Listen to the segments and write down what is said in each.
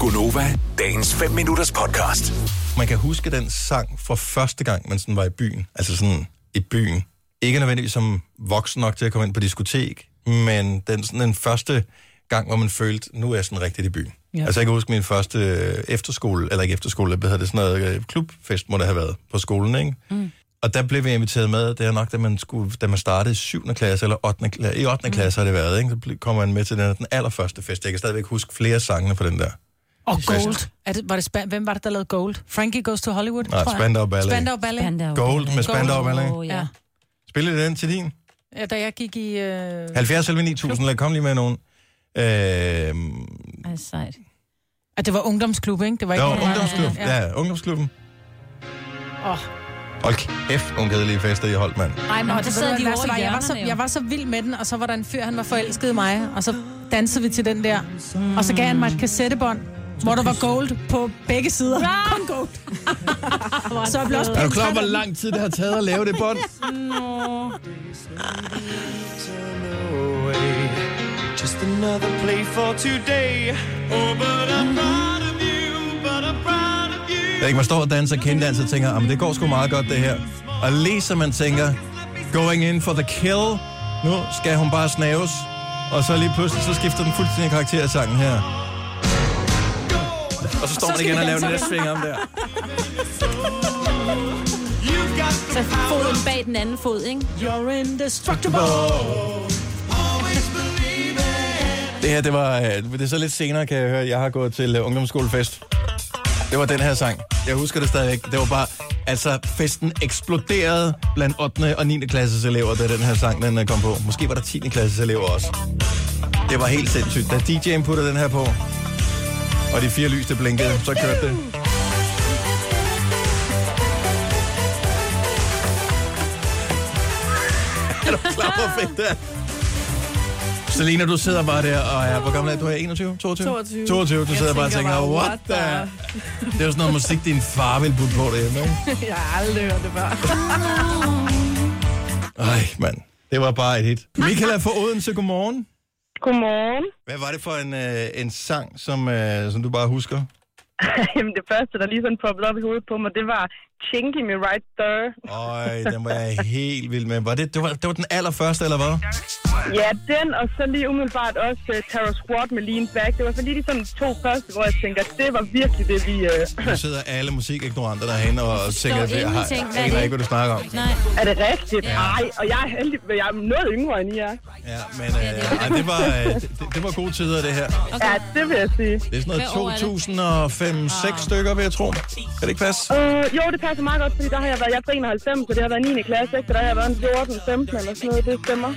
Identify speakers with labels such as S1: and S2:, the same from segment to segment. S1: Gunova, dagens 5 minutters podcast.
S2: Man kan huske den sang fra første gang, man sådan var i byen. Altså sådan i byen. Ikke nødvendigvis som voksen nok til at komme ind på diskotek, men den, sådan den første gang, hvor man følte, nu er jeg sådan rigtigt i byen. Ja.
S3: Ja.
S2: Altså jeg kan huske min første øh, efterskole, eller ikke efterskole, hvad hedder det, sådan noget øh, klubfest må det have været på skolen, ikke? Mm. Og der blev vi inviteret med, det er nok, da man, skulle, da man startede i 7. klasse, eller 8. klasse, i 8. Mm. klasse har det været, ikke? Så ble- kommer man med til den, den allerførste fest. Jeg kan stadigvæk huske flere sangene fra den der.
S3: Og Gold. Er det, var det span- Hvem var det, der lavede Gold? Frankie Goes to Hollywood,
S2: Nej,
S3: tror jeg.
S2: Spandau Ballet.
S3: Spandau Ballet.
S4: Spandau.
S2: Gold med Spandau Ballet.
S4: Åh,
S3: Ja.
S4: ja.
S2: Spillede I den til din?
S3: ja. Da jeg gik i... Øh...
S2: 70 eller 9000, lad kom lige med nogen. Øh,
S4: Ej, sejt.
S3: At det var ungdomsklub, ikke? Det var
S2: der
S3: ikke...
S2: var ungdomsklubben.
S3: Ja.
S2: Ja, ja, ungdomsklubben.
S3: Åh.
S2: Hold kæft, nogle kedelige fester, I holdt, mand.
S3: Ej, men
S4: Nå,
S3: og
S4: der
S3: det
S4: sidder
S3: ved
S4: de
S3: du, hvad
S4: over
S3: det værste var,
S4: i
S3: jeg, var så,
S4: hjørnerne jo.
S3: jeg var så vild med den, og så var der en fyr, han var forelsket i mig, og så dansede vi til den der. Og så gav han mig et kassettebånd, hvor der var gold på begge sider. Kun gold. så jeg blev også
S5: Er du
S3: pænt
S5: klar
S3: træt
S5: over,
S3: af
S5: hvor
S3: den.
S5: lang tid det har taget at lave det bånd?
S6: Just another play for today. Oh, but I'm proud of you, but I'm proud of you.
S2: Jeg ikke, man står og danser kendedans og tænker, "Ah, men det går sgu meget godt, det her. Og lige som man tænker, going in for the kill, nu skal hun bare snaves. Og så lige pludselig, så skifter den fuldstændig karakter af sangen her. Og så står man igen og laver den der sving om der.
S6: You've got
S4: Så
S6: the power.
S4: foden bag den anden fod, ikke?
S3: You're indestructible.
S6: Always believe it.
S2: Det her, det var... øh, Det er så lidt senere, kan jeg høre. Jeg har gået til øh, ungdomsskolefest. Det var den her sang. Jeg husker det stadigvæk. Det var bare... Altså, festen eksploderede blandt 8. og 9. klasses elever, da den her sang den øh, kom på. Måske var der 10. klasses elever også. Det var helt sindssygt. Da DJ'en puttede den her på, og de fire lys, det blinkede, så kørte det. Er du klar over, hvor fedt det er? Selina, du sidder bare der og er... Hvor gammel er du? Du er 21? 22?
S7: 22.
S2: 22. Du sidder bare og tænker, what the... Det er jo sådan noget musik, din far vil putte på derhjemme, ikke?
S7: Jeg har aldrig hørt det før.
S2: Ej, mand. Det var bare et hit. Michael er fra Odense. Godmorgen.
S8: Godmorgen.
S2: Hvad var det for en, øh, en sang, som, øh, som du bare husker?
S8: Jamen, det første, der lige sådan poppede op i hovedet på mig, det var Chinky Me Right There.
S2: Øj, den var jeg helt vild med. Var det, det, var, det var den allerførste, eller hvad?
S8: Ja, den, og så lige umiddelbart også uh, Tara Squad med Lean Back. Det var så lige de sådan to første, hvor jeg tænker, at det var virkelig det, vi... Uh...
S2: Nu sidder alle musikignoranter derhen og tænker, at jeg har,
S4: ingenting. Hvad er
S2: aner
S4: det?
S2: ikke, hvad du snakker om.
S4: Nej.
S8: Er det rigtigt? Nej, og jeg er heldig, men jeg er noget yngre end I er.
S2: Ja, men øh, ej, det, var, øh, det, det var gode tider, det her.
S8: Ja, det vil jeg sige.
S2: Det er sådan
S4: Hvad år er det?
S2: noget 2005-6 stykker, vil jeg tro. Kan det ikke passe?
S8: Uh, jo, det passer meget godt, fordi der har jeg været, jeg er fra 91, så det har været 9. klasse, ikke? Så der har jeg været en 14, 15 eller sådan noget, det stemmer.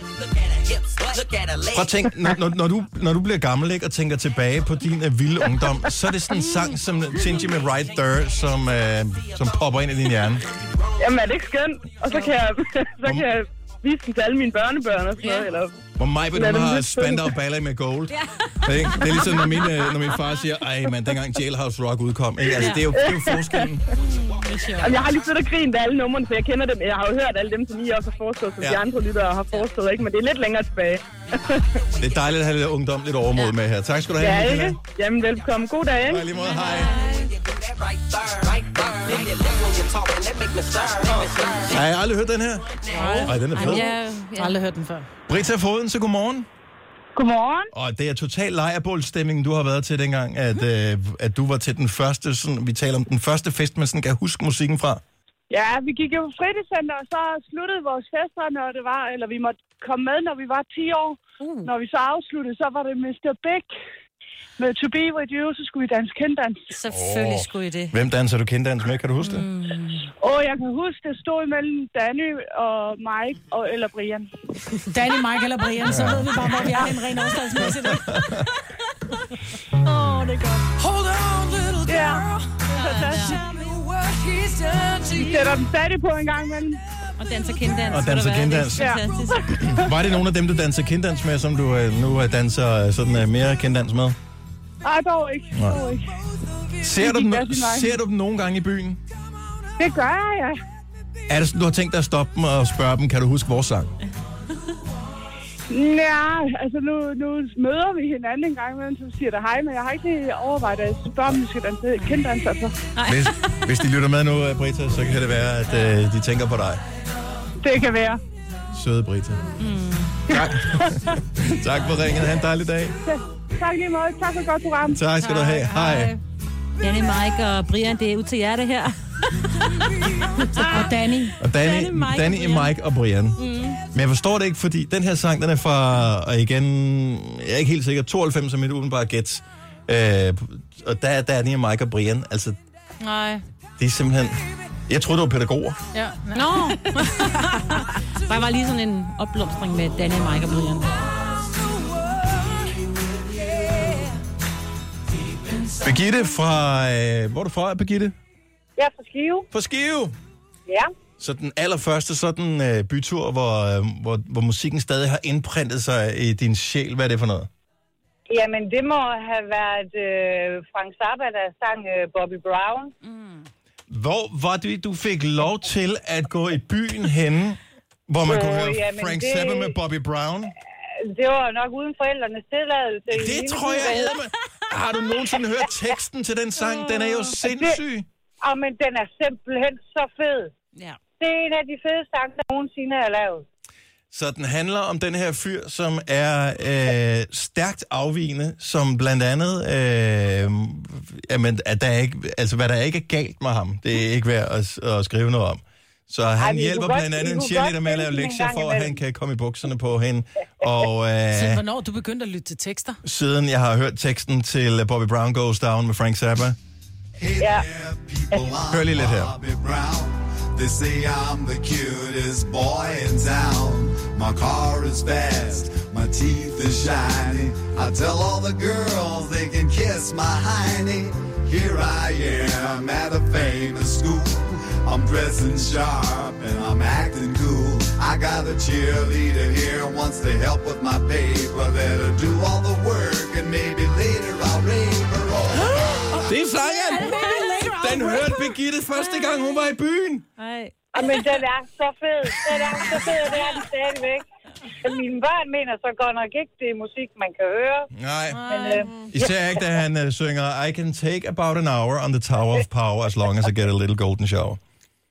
S2: Prøv at tænk, når, når, når, du, når du bliver gammel ikke, og tænker tilbage på din uh, vilde ungdom, så er det sådan en sang som Tingy med Right There, som, uh, som popper ind i din hjerne.
S8: Jamen, er det ikke skønt? Og så kan jeg, så kan jeg vise den til alle mine børnebørn og sådan noget, eller...
S2: Hvor mig vil
S8: Lad
S2: du
S8: dem
S2: har
S8: lytte til.
S2: Spandau Ballet med Gold. Ja. Ikke? Det er ligesom, når min, øh, når min far siger, ej mand, dengang Jailhouse Rock udkom. Ikke? Altså, det er jo, det er jo forskellen.
S8: Jamen, jeg har lige siddet og grint af alle numrene, for jeg kender dem. Jeg har jo hørt alle dem, som I også har forestået, som
S2: Ja.
S8: ja. de andre lyttere har forestået, ikke? Men det er lidt længere tilbage.
S2: Det er dejligt at have lidt ungdom, lidt overmod med her. Tak skal du have,
S8: Ja,
S2: Michaela.
S8: ikke? Jamen, velkommen. God dag, ikke?
S2: Hej, lige måde, hej. Har jeg aldrig hørt den her? Nej, den er fed.
S4: Ja,
S3: Jeg
S4: ja.
S3: har aldrig hørt den før.
S2: Britta Foden, så godmorgen.
S8: Godmorgen.
S2: Og det er total lejrebålstemning, du har været til dengang, at, øh, at du var til den første, sådan, vi taler om den første fest, man sådan kan huske musikken fra.
S8: Ja, vi gik jo på fritidscenter, og så sluttede vores fester, når det var, eller vi måtte komme med, når vi var 10 år. Uh. Når vi så afsluttede, så var det Mr. Big med To Be With You, så skulle vi danse kenddans.
S4: Selvfølgelig skulle I det.
S2: Hvem danser du kenddans med, kan du huske det? Mm.
S8: Og jeg kan huske, det stod mellem Danny og Mike, og, eller Brian.
S3: Danny, Mike eller Brian, så ved vi bare, hvor vi er i en ren årstadsmæssigt.
S8: Ja, fantastisk. Vi sætter dem stadig på en gang imellem.
S4: Og danser kinddans.
S2: Og
S4: ved du
S2: danser
S4: hvad,
S2: kinddans.
S4: Det er fantastisk.
S2: Var det nogen af dem, du danser kenddans med, som du øh, nu øh, danser øh, sådan, øh, mere kenddans med?
S8: Ej, dog ikke. Dog ikke.
S2: Ser du,
S8: gik
S2: dem,
S8: hver sin vej.
S2: ser du dem nogle gange i byen?
S8: Det gør jeg, ja.
S2: Er det sådan, du har tænkt dig at stoppe dem og spørge dem, kan du huske vores sang?
S8: Ja, altså nu, nu møder vi hinanden en gang imellem, som siger der hej, men jeg har ikke lige overvejet, at jeg spørger, om vi skal danse kendtdans, altså.
S2: Hvis, hvis de lytter med nu, øh, Brita, så kan det være, at øh, de tænker på dig.
S8: Det kan være.
S2: Søde Brita. Mm. Tak. tak for ringen. Ha' en dejlig dag.
S8: Tak lige meget. Tak for et godt program.
S2: Tak skal du have. Hej.
S4: Danny, Mike og Brian, det er ud til jer, det her.
S3: Og Danny.
S2: Og Danny,
S4: Danny, Mike og
S2: Danny Mike,
S4: Brian.
S2: Mike og Brian. Mm. Men jeg forstår det ikke, fordi den her sang, den er fra, og igen, jeg er ikke helt sikker, 92 er mit udenbare gæt. Øh, og der er Danny, Mike og Brian. Altså,
S3: Nej.
S2: det er simpelthen... Jeg troede, det var pædagoger.
S3: Ja. nej.
S4: Nå! Der var lige sådan en opblomstring med Danny, Mike og Brian.
S2: Birgitte fra... Øh, hvor er du fra, Birgitte?
S8: Jeg er fra Skive.
S2: På Skive.
S8: Ja.
S2: Så den allerførste sådan øh, bytur, hvor, øh, hvor, hvor musikken stadig har indprintet sig i din sjæl. Hvad er det for noget?
S8: Jamen, det må have været øh, Frank Zappa, der sang øh, Bobby Brown.
S2: Hvor var det, du fik lov til at gå i byen henne, hvor man
S8: Åh,
S2: kunne høre
S8: jamen,
S2: Frank
S8: det-
S2: Zappa med Bobby Brown?
S8: Altså, Det var nok uden forældrenes tilladelse. i en
S2: Det
S8: lille
S2: tror
S8: by,
S2: jeg,
S8: der
S2: jeg
S8: hedder-
S2: med. Har du nogensinde hørt teksten til den sang? Den er jo sindssyg.
S8: Åh, men den er simpelthen så fed.
S4: Ja.
S8: Det er en af de fede sange, der nogensinde er lavet.
S2: Så den handler om den her fyr, som er øh, stærkt afvigende, som blandt andet, øh, jamen, at der er ikke, altså, hvad der ikke er galt med ham, det er ikke værd at, at skrive noget om. Så han
S8: vi kunne
S2: hjælper
S8: godt-
S2: blandt andet
S8: vi
S2: en
S8: kunne
S2: cheerleader
S8: godt
S2: med at lave
S8: finde den en
S2: lektier
S8: gang
S2: for, at han
S8: imellem.
S2: kan komme i bukserne på hende. Og, øh,
S3: Så hvornår du begyndte at lytte til tekster?
S2: siden jeg har hørt teksten til øh, Bobby Brown Goes Down med Frank Zappa.
S8: Ja.
S2: Hør lige lidt her.
S5: Bobby Brown. They say I'm the cutest boy in town. My car is fast, my teeth are shiny. I tell all the girls they can kiss my hiney. Here I am at a famous school. I'm dressing sharp and I'm acting cool. I got a cheerleader here, wants to help with my paper. Let her do all the work and maybe later I'll rave her Oh, all.
S2: Det er sangen! Den hørte Birgitte første gang, hun var i byen.
S4: Ej.
S8: Åh, Ah, men den er så fed. Den er så fed, og det er den stadigvæk. Mine børn mener så godt nok ikke, det er musik, man kan høre.
S2: Nej.
S8: Men, øh,
S2: Især ikke, da han uh, synger, I can take about an hour on the Tower of Power, as long as I get a little golden shower.